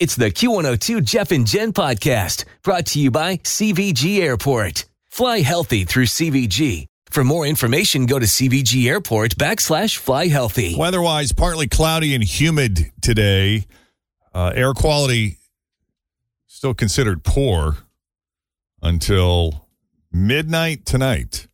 It's the Q102 Jeff and Jen podcast brought to you by CVG Airport. Fly healthy through CVG. For more information, go to CVG Airport backslash fly healthy. Weather-wise, partly cloudy and humid today. Uh, air quality still considered poor until midnight tonight,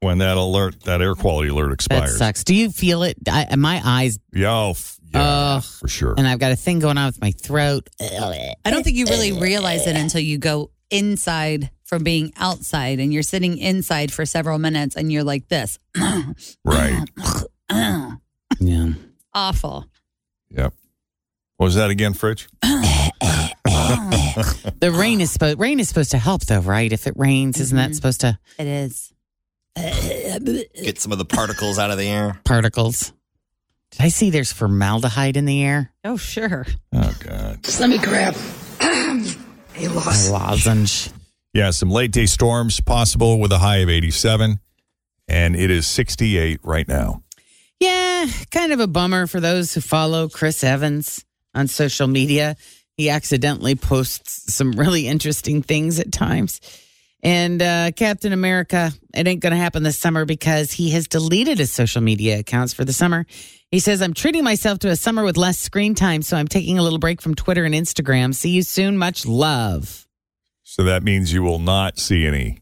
when that alert, that air quality alert That expires. sucks. Do you feel it? I, my eyes, Yeah, oh, f- yeah, Ugh. for sure. and I've got a thing going on with my throat. I don't think you really realize it until you go inside from being outside and you're sitting inside for several minutes and you're like this. right. Yeah. Awful. Yep. What was that again, Fridge? The rain is supposed rain is supposed to help though, right? If it rains, isn't that supposed to It is. get some of the particles out of the air. particles? Did I see there's formaldehyde in the air? Oh, sure. Oh God. Let me grab a A loss. lozenge. Yeah, some late day storms possible with a high of 87, and it is 68 right now. Yeah, kind of a bummer for those who follow Chris Evans on social media. He accidentally posts some really interesting things at times. And uh, Captain America, it ain't going to happen this summer because he has deleted his social media accounts for the summer. He says, I'm treating myself to a summer with less screen time, so I'm taking a little break from Twitter and Instagram. See you soon. Much love. So that means you will not see any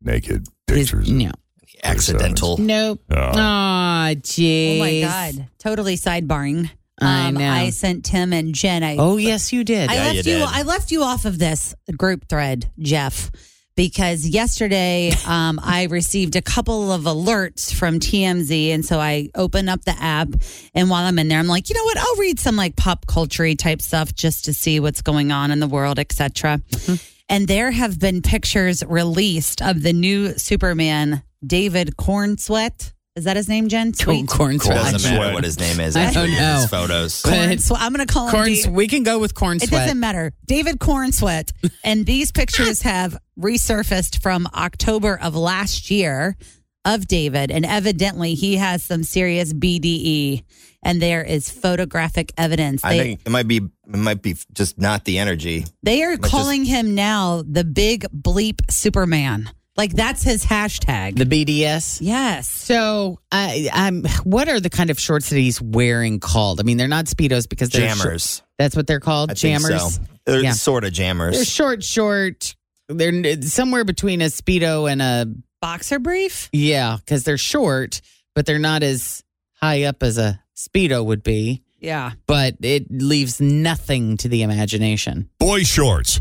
naked His- pictures. no. Accidental. Nope. Oh. Aw, jeez. Oh, my God. Totally sidebarring. Um, I know. I sent Tim and Jen. I, Oh, yes, you did. I Yeah, left you you, did. I left you off of this group thread, Jeff, because yesterday um, I received a couple of alerts from TMZ, and so I open up the app, and while I'm in there, I'm like, you know what? I'll read some like pop culture type stuff just to see what's going on in the world, etc. And there have been pictures released of the new Superman, David Cornsweat. Is that his name, Jen? Corn, Sweet. corn It sweat. doesn't matter sweat. what his name is. I after don't you get know. His photos. Corn- Cornswe- I'm going to call him corn, Da- we can go with corn It sweat. doesn't matter. David Cornsweat. and these pictures have resurfaced from October of last year of David. And evidently, he has some serious BDE. And there is photographic evidence. I They, think it might be it might be just not the energy. they are might just- calling him now the big bleep Superman. Like, that's his hashtag. The BDS. yes. So, I, I'm. What are the kind of shorts that he's wearing called? I mean, they're not speedos because they're shor- Jammers. that's what they're called. I think jammers. so. They're Yeah. sort of They're jammers. short, short. They're n- somewhere between a speedo and a Boxer brief? yeah, because they're short, but they're not as high up as a speedo would be. Yeah. But it leaves nothing to the imagination. Boy shorts.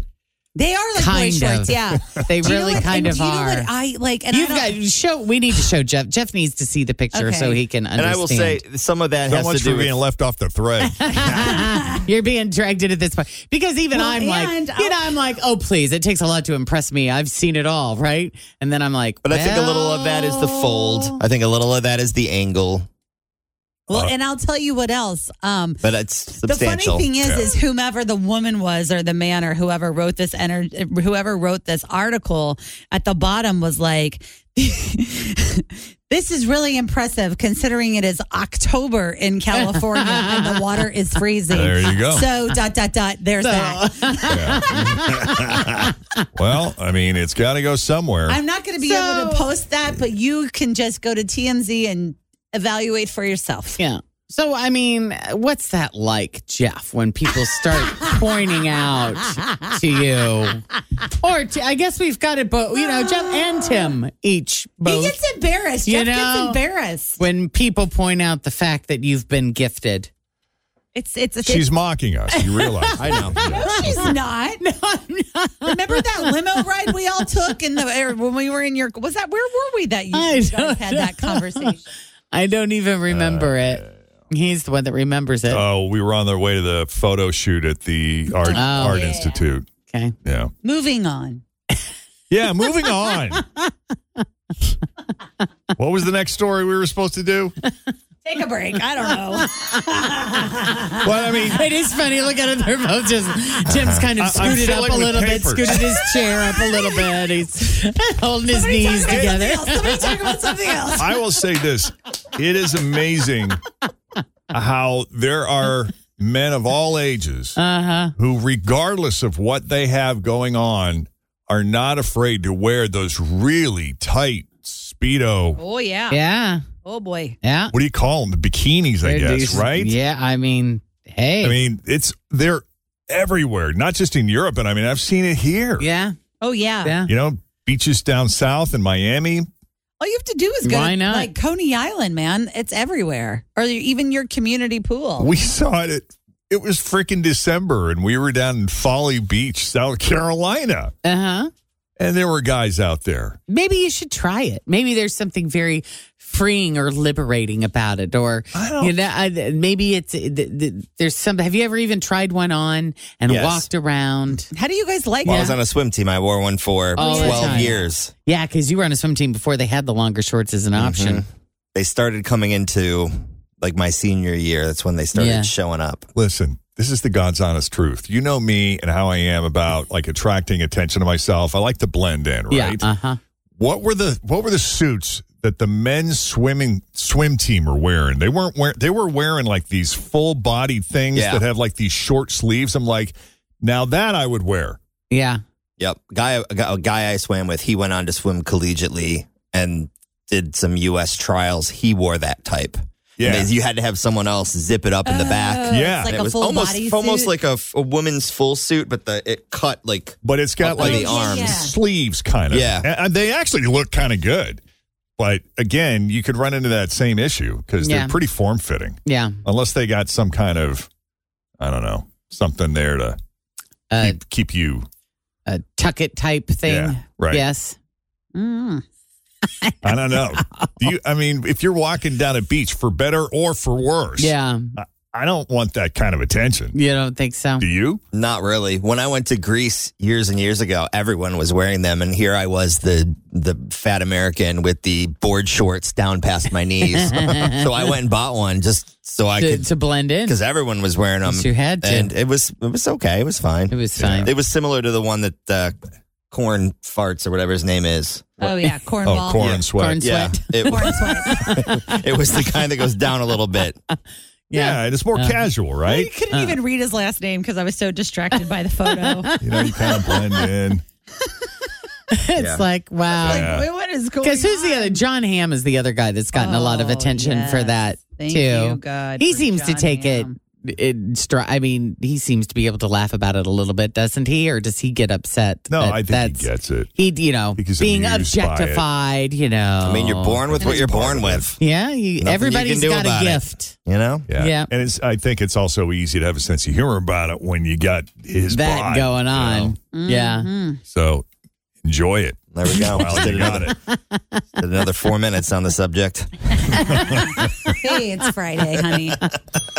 They are like Kind boy shorts. of. Yeah. They Do you know really what- kind and of do you know are. what I like. And I You've don't- got show. We need to show Jeff. Jeff needs to see the picture so Okay. he can And understand. I will say some of that So has much to do for with being left off the thread. You're being dragged into this part because even Well, I'm like, and you know, I'm like, oh please, it takes a lot to impress me. I've seen it all, right? And then I'm like, But I think a little of that is the fold. I think a little of that is the angle. Well, and I'll tell you what else. Um, But it's substantial. The funny thing is, Yeah. is whomever the woman was, or the man, or whoever wrote this ener- whoever wrote this article at the bottom was like, "This is really impressive, considering it is October in California and the water is freezing." There you go. So dot dot dot. There's that. Yeah. well, I mean, it's got to go somewhere. I'm not going to be able to So- post that, but you can just go to TMZ and evaluate for yourself. Yeah. So, I mean, what's that like, Jeff, when people start pointing out to you? Or to, I guess we've got it both, you know, Jeff and Tim each both. He gets embarrassed. You Jeff know- gets embarrassed. when people point out the fact that you've been gifted. It's it's. it's She's mocking us. You realize? I know. She's not. No, I'm not. Remember that limo ride we all took in the air when we were in your was that where were we that you, I you guys don't had that know. conversation? I don't even remember it. Uh, He's the one that remembers it. Oh, we were on our way to the photo shoot at the Art, Art Institute. okay. Yeah. Moving on. Yeah, moving on. what was the next story we were supposed to do? Take a break. I don't know. Well, I mean, It is funny. Look at it. They're both just. Tim's kind of I- I'm scooted up filling a with little bit, papers. scooted his chair up a little bit. He's holding his knees together. Somebody talk about something else. I will say this it is amazing how there are men of all ages Uh-huh. who, regardless of what they have going on, are not afraid to wear those really tight Speedo. Oh yeah. Yeah. Oh boy. Yeah. What do you call them? The bikinis, I They're guess, decent. right? Yeah. I mean, hey. I mean, it's they're everywhere, not just in Europe. And I mean, I've seen it here. yeah. Oh yeah. Yeah. You know, beaches down south in Miami. All you have to do is go Why to, not? like Coney Island, man. It's everywhere, or even your community Oh. pool. We saw it. At, it was freaking December, and we were down in Folly Beach, South Carolina, Uh huh. and there were guys out there. Maybe you should try it. Maybe there's something very freeing or liberating about it, or I don't- you know, I, maybe it's th- th- there's some. Have you ever even tried one on and Yes. walked around? How do you guys like While I it? was on a swim team, I wore one for All the 12 time. years. Yeah, because you were on a swim team before they had the longer shorts as an Mm-hmm. option. They started coming into like my senior year. That's when they started Yeah. showing up. Listen, this is the God's honest truth. You know me and how I am about like attracting attention to myself. I like to blend in, right? Yeah, uh huh. What were the What were the suits that the men's swimming swim team were wearing? They weren't wearing. They were wearing like these full body things Yeah. that have like these short sleeves. I'm like, now that I would wear. Yeah, Yep. Guy, a guy- a guy I swam with, he went on to swim collegiately and did some U.S. trials. He wore that type. Yeah. And they- you had to have someone else zip it up in the back. Oh, Yeah. it's like And a it was full almost body almost suit? like a, f- a woman's full suit, but the it cut like but it's got Up by like the arms. yeah. sleeves kind of. Yeah. And- and they actually look kind of good. But again, you could run into that same issue because Yeah. they're pretty form fitting, yeah. unless they got some kind of, I don't know, something there to Uh, keep, keep you. a tuck it type thing. Yeah, right. Yes. Mm. I don't know. Do you? I mean, if you're walking down a beach for better or for worse, Yeah. I don't want that kind of attention. You don't think so? Do you? Not really. When I went to Greece years and years ago, everyone was wearing them, and here I was, the the fat American with the board shorts down past my knees. so I went and bought one just so I To, could, to blend in. um, because everyone was wearing them. Yes, you had to. and it was it was okay. It was fine. It was fine. It was similar to the one that uh, Corn farts or whatever his name is. Oh yeah, cornball. Oh, corn Yeah. sweat. Corn- Yeah, Sweat. it, Corn sweat. it was the kind that goes down a little bit. Yeah, and it's more Uh, casual, I right? couldn't even read his last name because I was so distracted by the photo. like, You know, you kind of blend in. it's Yeah. like wow. Yeah. wait, what is going Because who's on? the other? John Hamm is the other guy that's gotten a lot of Oh, attention for yes. that Thank too. you, God. he for seems to John take it. Hamm. It, str- I mean, he seems to be able to laugh about it a little bit, doesn't he? Or does he get upset? No, that I think that's- he gets it. He, you know, think he's being amused by it. objectified. You know, I mean, you're born Oh, with what you're born with. Yeah, you, Nothing you everybody's can do got a about it. gift. You know. Yeah. Yeah. And it's I think it's also easy to have a sense of humor about it when you got his that bod, going you know? on. Yeah, Mm-hmm. So enjoy it. There we go. Well, Just did you got another, it. did another four minutes on the subject. Hey, it's Friday, honey.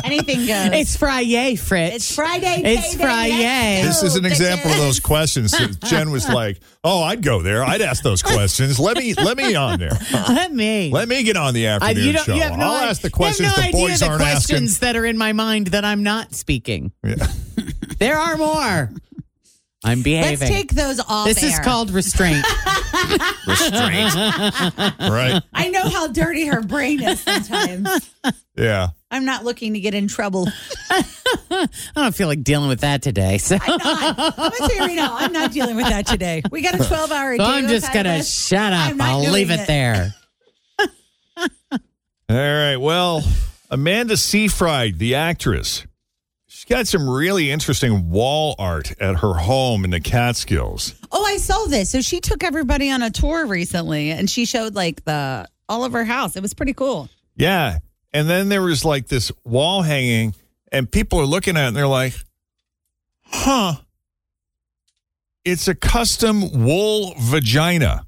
Anything goes. it's Friday, Fritz. It's Friday. It's baby. Friday. This is an example of those questions. that Jen was like, "Oh, I'd go there. I'd ask those questions. Let me let me on there. Let me. Let me get on the I- afternoon you don't. show. You have no, I'll i- ask the you have questions no the idea boys the aren't questions asking." that are in my mind that I'm not speaking. Yeah. There are more. I'm behaving. Let's take those off. this is air. called restraint. Restraint, right? I know how dirty her brain is sometimes. Yeah. I'm not looking to get in trouble. I don't feel like dealing with that today. So I'm not. I'm gonna tell you right now. I'm not dealing with that today. We got a 12 hour. So I'm just going to shut up. I'm not I'll doing leave it, it. there. All right. Well, Amanda Seyfried, the actress, she's got some really interesting wall art at her home in the Catskills. Oh, I saw this. So she took everybody on a tour recently and she showed like the all of her house. It was pretty cool. Yeah. And then there was like this wall hanging, and people are looking at it and they're like, huh, it's a custom wool vagina.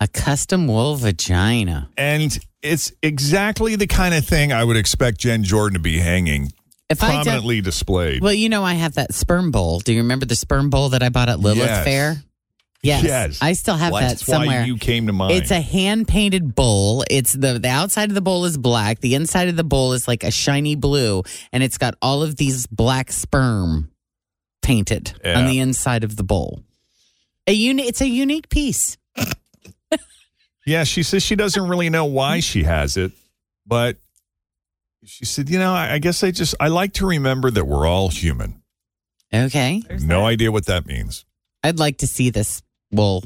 A custom wool vagina. And it's exactly the kind of thing I would expect Jen Jordan to be hanging, If I don't- prominently displayed. well, you know, I have that sperm bowl. Do you remember the sperm bowl that I bought at Lilith Yes. Fair? Yes. Yes. I still have What? that That's why somewhere. you came to mind. It's a hand painted bowl. It's the the outside of the bowl is black. The inside of the bowl is like a shiny blue, and it's got all of these black sperm painted on Yeah. the inside of the bowl. A uni- It's a unique piece. Yeah, she says she doesn't really know why she has it, but she said, you know, I, I guess I just I like to remember that we're all human. Okay, I have no idea what that means. I'd like to see this wool.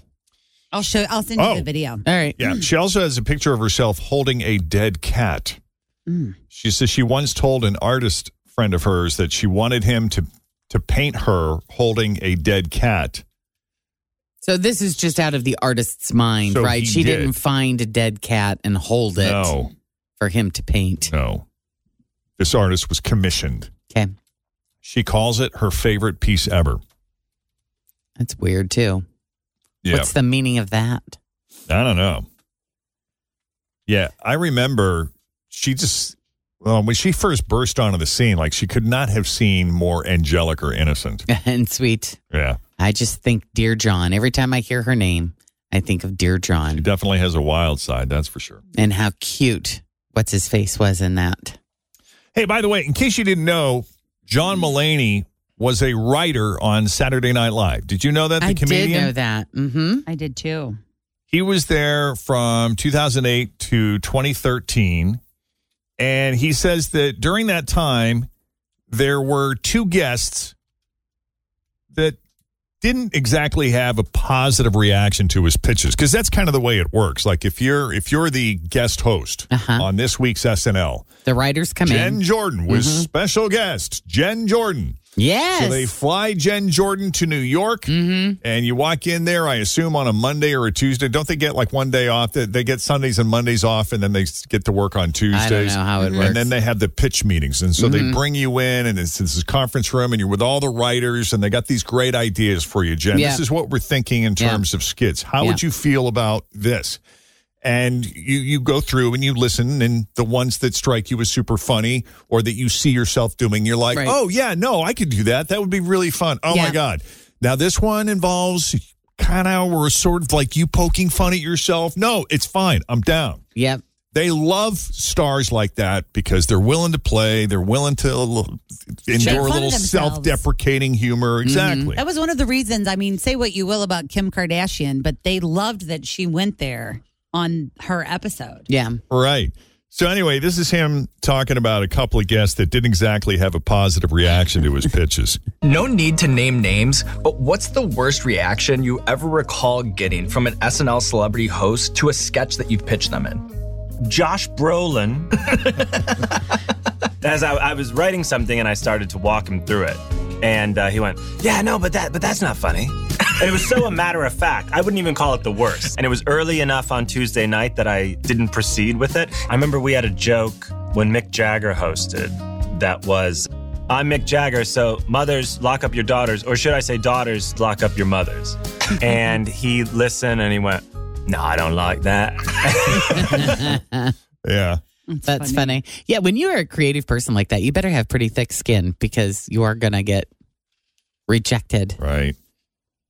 I'll show I'll send you Oh. the video. All right. Yeah, she also has a picture of herself holding a dead cat. Mm. She says she once told an artist friend of hers that she wanted him to to paint her holding a dead cat. So this is just out of the artist's mind, So right? he She did. didn't find a dead cat and hold it No, for him to paint. no. This artist was commissioned. Okay, She calls it her favorite piece ever. that's weird too. Yeah. What's the meaning of that? I don't know. Yeah, I remember she just well, when she first burst onto the scene, like she could not have seen more angelic or innocent. and sweet. Yeah, I just think Dear John. Every time I hear her name, I think of Dear she John definitely has a wild side, that's for sure. and how cute what's his face was in that. Hey, by the way, in case you didn't know, Mm-hmm. John Mullaney was a writer on Saturday Night Live. Did you know that the I comedian? did know that. Mm-hmm. I did too. He was there from 2008 to 2013. And he says that during that time, there were two guests that didn't exactly have a positive reaction to his pitches because that's kind of the way it works. Like if you're if you're the guest host Uh-huh. on this week's SNL, The writers come Jen in. Jordan was Mhm. special guest. Jen Jordan. Yes. So they fly Jen Jordan to New York mm-hmm. and you walk in there, I assume on a Monday or a Tuesday. Don't they get like one day off? They- They get Sundays and Mondays off, and then they s- get to work on Tuesdays. I don't know how it works. And then they have the pitch meetings. And so they Mhm. bring you in, and it's, it's a conference room, and you're with all the writers, and they got these great ideas for you, Jen. Yeah. This is what we're thinking in Yeah. terms of skits. How would Yeah. you feel about this? And you, you go through and you listen, and the ones that strike you as super funny or that you see yourself doing, you're like, Right. oh, yeah, no, I could do that. That would be really fun. Oh, my Yeah. God. Now, this one involves kind of or sort of like you poking fun at yourself. No, it's fine. I'm down Yep. they love stars like that because they're willing to play. They're willing to l- endure a fun of little themselves. Mm-hmm. self-deprecating humor. Exactly. That was one of the reasons. I mean, say what you will about Kim Kardashian, but they loved that she went there on her episode. Yeah. Right. So anyway, this is him talking about a couple of guests that didn't exactly have a positive reaction to his pitches. No need to name names, but what's the worst reaction you ever recall getting from an SNL celebrity host to a sketch that you've pitched them in? Josh Brolin. As I, I was writing something and I started to walk him through it, and uh, he went, "Yeah, no, but that, but that's not funny." and it was so a matter of fact. I wouldn't even call it the worst. And it was early enough on Tuesday night that I didn't proceed with it. I remember we had a joke when Mick Jagger hosted that was, "I'm Mick Jagger, so mothers lock up your daughters, or should I say daughters lock up your mothers?" and he listened and he went, "No, I don't like that." yeah. That's funny. Yeah. When you are a creative person like that, you better have pretty thick skin because you are going to get rejected. Right.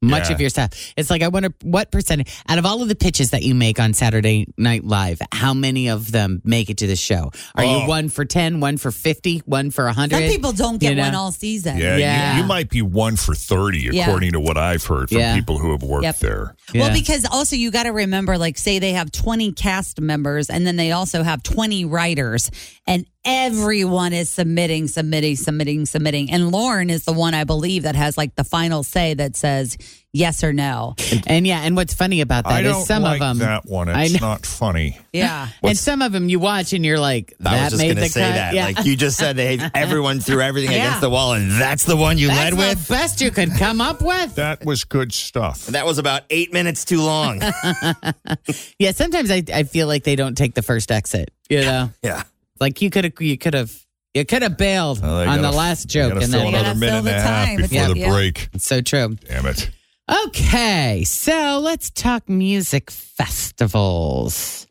much Yeah. of your stuff. It's like I wonder what percentage out of all of the pitches that you make on Saturday Night Live, how many of them make it to the show? Are Oh. you one for 10, one for 50, one for 100? Some people don't get You know? one all season. Yeah. you- Yeah. You, might be one for 30, Uh, Yeah. according to what I've heard from Yeah. people who have worked Yep. there. Yeah. Well, because also you got to remember, like, say they have 20 cast members and then they also have 20 writers, and everyone is submitting, submitting, submitting, submitting. And Lauren is the one I believe that has like the final say that says yes or no. And yeah, and what's funny about I that don't is some like of them. that one. I It's know. not funny. Yeah. and some of them you watch and you're like, that I was just made going the to say cut. that. Yeah. Like you just said, they everyone threw everything Yeah. against the wall, and that's the one you That's led with. the best you could come up with. That was good stuff. That was about eight minutes too long. Yeah, sometimes I, I feel like they don't take the first exit. You know, yeah. like you could have you could have you could have bailed Well, Oh, they on gotta- the last You joke, gotta and fill then gotta another minute fill and the a half time. before It's- the yeah. break. it's so true. Damn it. Okay, so let's talk music festivals.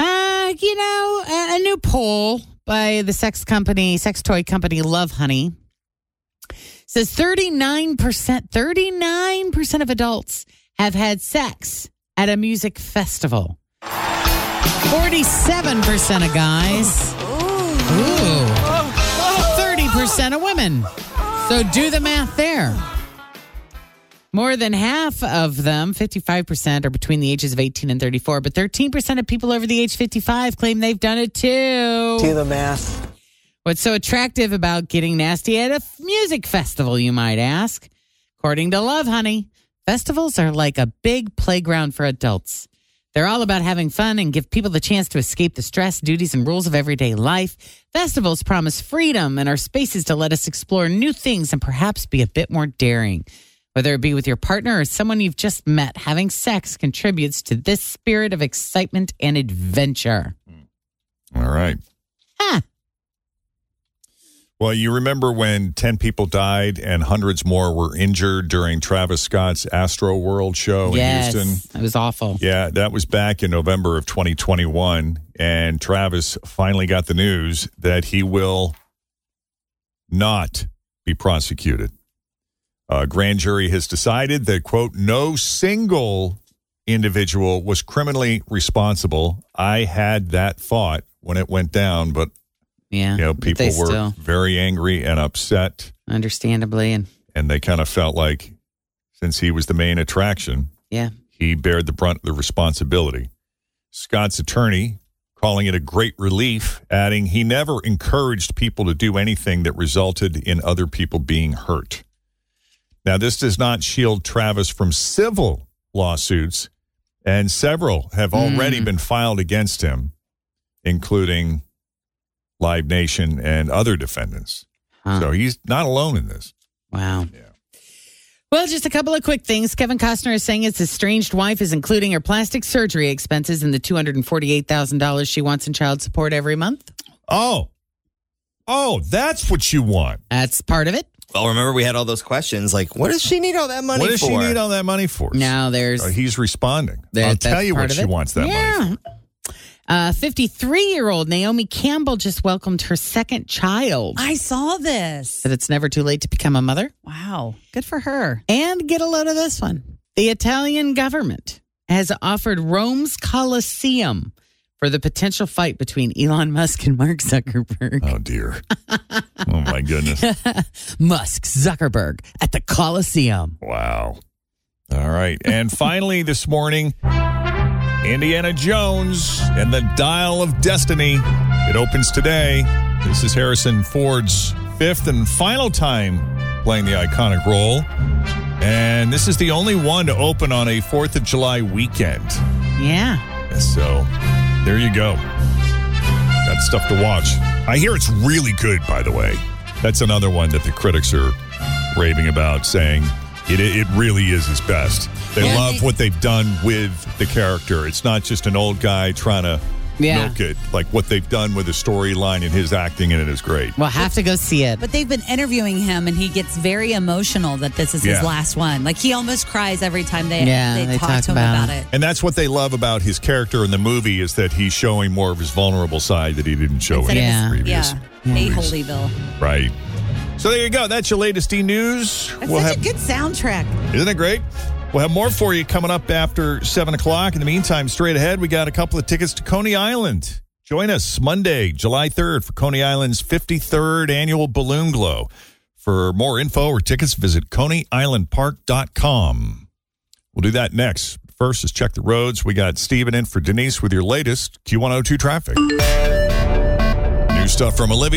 Uh, you know, a, a new poll by the sex company, sex toy company Love Honey says 39%, 39% of adults have had sex at a music festival. 47% of guys. Ooh. 30% of women. So do the math there. More than half of them, 55%, are between the ages of 18 and 34, but 13% of people over the age 55 claim they've done it too. Do the math. What's so attractive about getting nasty at a f- music festival, you might ask? According to Love Honey, festivals are like a big playground for adults. They're all about having fun and give people the chance to escape the stress, duties, and rules of everyday life. Festivals promise freedom and are spaces to let us explore new things and perhaps be a bit more daring. Whether it be with your partner or someone you've just met, having sex contributes to this spirit of excitement and adventure. All right. Huh. Well, you remember when 10 people died and hundreds more were injured during Travis Scott's Astro World show yes. Oh, in Houston? It was awful. Yeah, that was back in November of 2021. And Travis finally got the news that he will not be prosecuted. A grand jury has decided that, quote, no single individual was criminally responsible. I had that thought when it went down, but, Yeah. you know, But they people were still, very angry and upset. understandably, and And they kind of felt like since he was the main attraction, yeah. he bared the brunt of the responsibility. Scott's attorney calling it a great relief, adding he never encouraged people to do anything that resulted in other people being hurt. Now, this does not shield Travis from civil lawsuits, and several have already been filed against him, including Live Nation and other defendants. Huh. So he's not alone in this. Wow. Well, just a couple of quick things. Kevin Costner is saying his estranged wife is including her plastic surgery expenses in the $248,000 she wants in child support every month. Oh, oh, that's what you want. That's part of it. Well, remember we had all those questions like, what does she need all that money what does for? she need all that money for? Now there's Uh, he's responding. That- I'll that's tell you part what of she it. wants that yeah. money. Uh, 53 year old Naomi Campbell just welcomed her second child. I saw this. Said it's never too late to become a mother. Wow. Good for her. And get a load of this one. The Italian government has offered Rome's Colosseum for the potential fight between Elon Musk and Mark Zuckerberg. Oh dear. oh my goodness. Musk Zuckerberg at the Coliseum. Wow. All right. And finally this morning, Indiana Jones and the Dial of Destiny. It opens today. This is Harrison Ford's fifth and final time playing the iconic role. And this is the only one to open on a 4th of July weekend. Yeah. So there you go. Got stuff to watch. I hear it's really good, by the way. That's another one that the critics are raving about, saying it, it really is his best. They Yeah, love they- what they've done with the character. It's not just an old guy trying to Yeah. milk it. Like what they've done with the storyline and his acting in it is great. We'll have to go see it. But they've been interviewing him, and he gets very emotional that this is Yeah. his last one. Like he almost cries every time they Yeah, they, they talk, talk to him about about it. it. And that's what they love about his character in the movie is that he's showing more of his vulnerable side that he didn't show Instead in of his his- Oh, previous. Yeah, a Holyville. Right. So there you go. That's your latest e news. That's such a good soundtrack. Isn't it great? We'll have more for you coming up after 7 o'clock. In the meantime, straight ahead, we got a couple of tickets to Coney Island. Join us Monday, July 3rd for Coney Island's 53rd annual Balloon Glow. For more info or tickets, visit coneyislandpark.com. We'll do that next. First is check the roads. We got Steven in for Denise with your latest Q102 traffic. oh New New stuff from Olivia.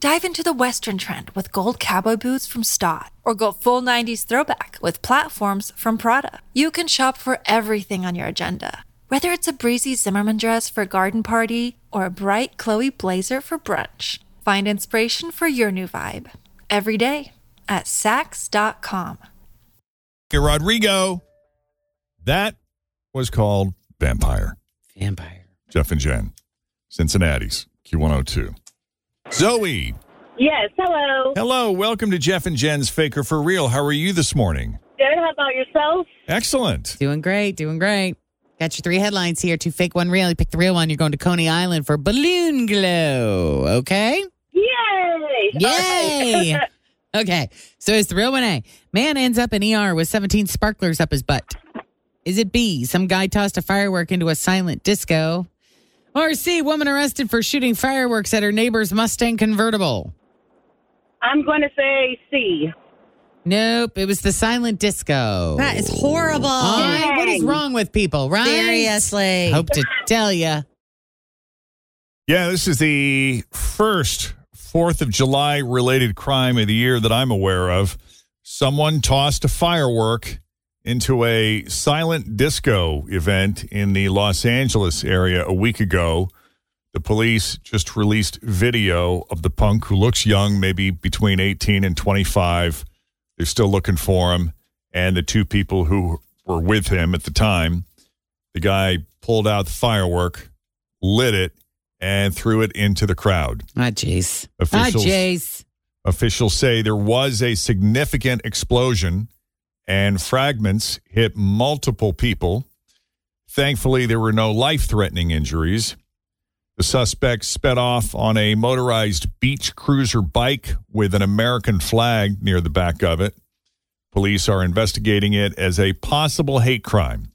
Dive into the Western trend with gold cowboy boots from Stott, or go full 90s throwback with platforms from Prada. You can shop for everything on your agenda, whether it's a breezy Zimmerman dress for a garden party or a bright Chloe blazer for brunch. Find inspiration for your new vibe every day at Sax.com. Rodrigo. That was called Vampire. Vampire. Jeff and Jen, Cincinnati's Q102. Zoe, Yes, hello. hello. Welcome to Jeff and Jen's Faker for Real. How are you this morning? Good, how about yourself? Excellent. Doing great, doing great. Got your three headlines here two fake, one real. You pick the real one. You're going to Coney Island for balloon glow. Okay? Yay! Yay! okay. So it's the real one A. Man ends up in ER with 17 sparklers up his butt. Is it B? Some guy tossed a firework into a silent disco. Or C? Woman arrested for shooting fireworks at her neighbor's Mustang convertible. I'm going to say C. Nope. It was the silent disco. That is horrible. Oh, what is wrong with people, right? Seriously. Hope to tell you. Yeah, this is the first 4th of July related crime of the year that I'm aware of. Someone tossed a firework into a silent disco event in the Los Angeles area a week ago. The police just released video of the punk who looks young, maybe between 18 and 25. They're still looking for him. And the two people who were with him at the time, the guy pulled out the firework, lit it, and threw it into the crowd. Ah, jeez. Ah, Officials- jeez. Officials say there was a significant explosion and fragments hit multiple people. Thankfully, there were no life threatening injuries. The suspect sped off on a motorized beach cruiser bike with an American flag near the back of it. Police are investigating it as a possible hate crime.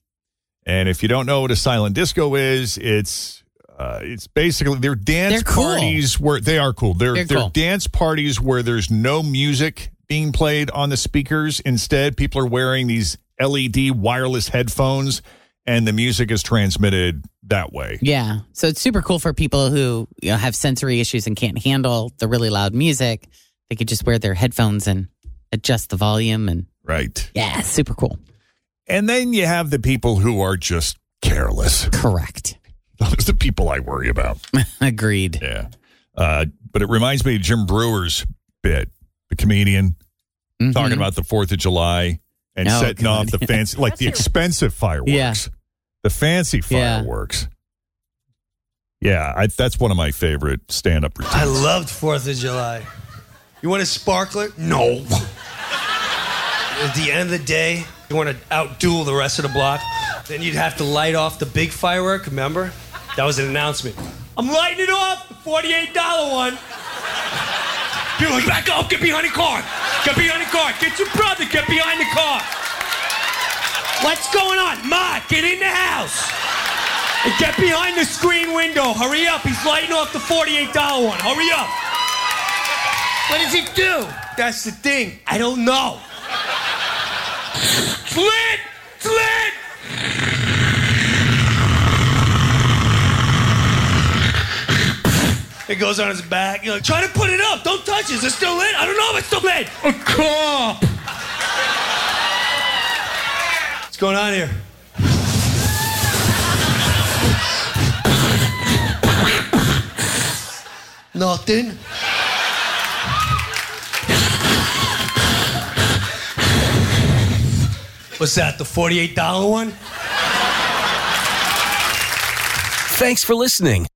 And if you don't know what a silent disco is, it's uh, it's basically they're dance They're cool. parties where they are cool. They're, They're they're cool. dance parties where there's no music being played on the speakers. Instead, people are wearing these LED wireless headphones and the music is transmitted that way. Yeah. So it's super cool for people who you know, have sensory issues and can't handle the really loud music. They could just wear their headphones and adjust the volume and Right. yeah, super cool. And then you have the people who are just careless. Correct. Those are the people I worry about. Agreed. Yeah. Uh, but it reminds me of Jim Brewer's bit, the comedian Mhm. talking about the 4th of July and Oh, setting God. off the fancy, like the expensive fireworks, Yeah. the fancy Yeah. fireworks. Yeah, I, that's one of my favorite stand up routines. I loved Fourth of July. You want a sparkler? No. At the end of the day, you want to outduel the rest of the block. Then you'd have to light off the big firework. Remember, that was an announcement. I'm lighting it off. the Forty-eight dollar one. People, like, back up. Get behind the car. Get behind the car. Get your brother. Get behind the car. What's going on? Ma, get in the house. And get behind the screen window. Hurry up. He's lighting off the $48 one. Hurry up. What does it do? That's the thing. I don't know. It's lit! It's lit! It goes on his back. You're like, try to put it up. Don't touch it. Is it still lit? I don't know if it's still lit. A cop. What's going on here? Nothing. What's that, the $48 one? Thanks for listening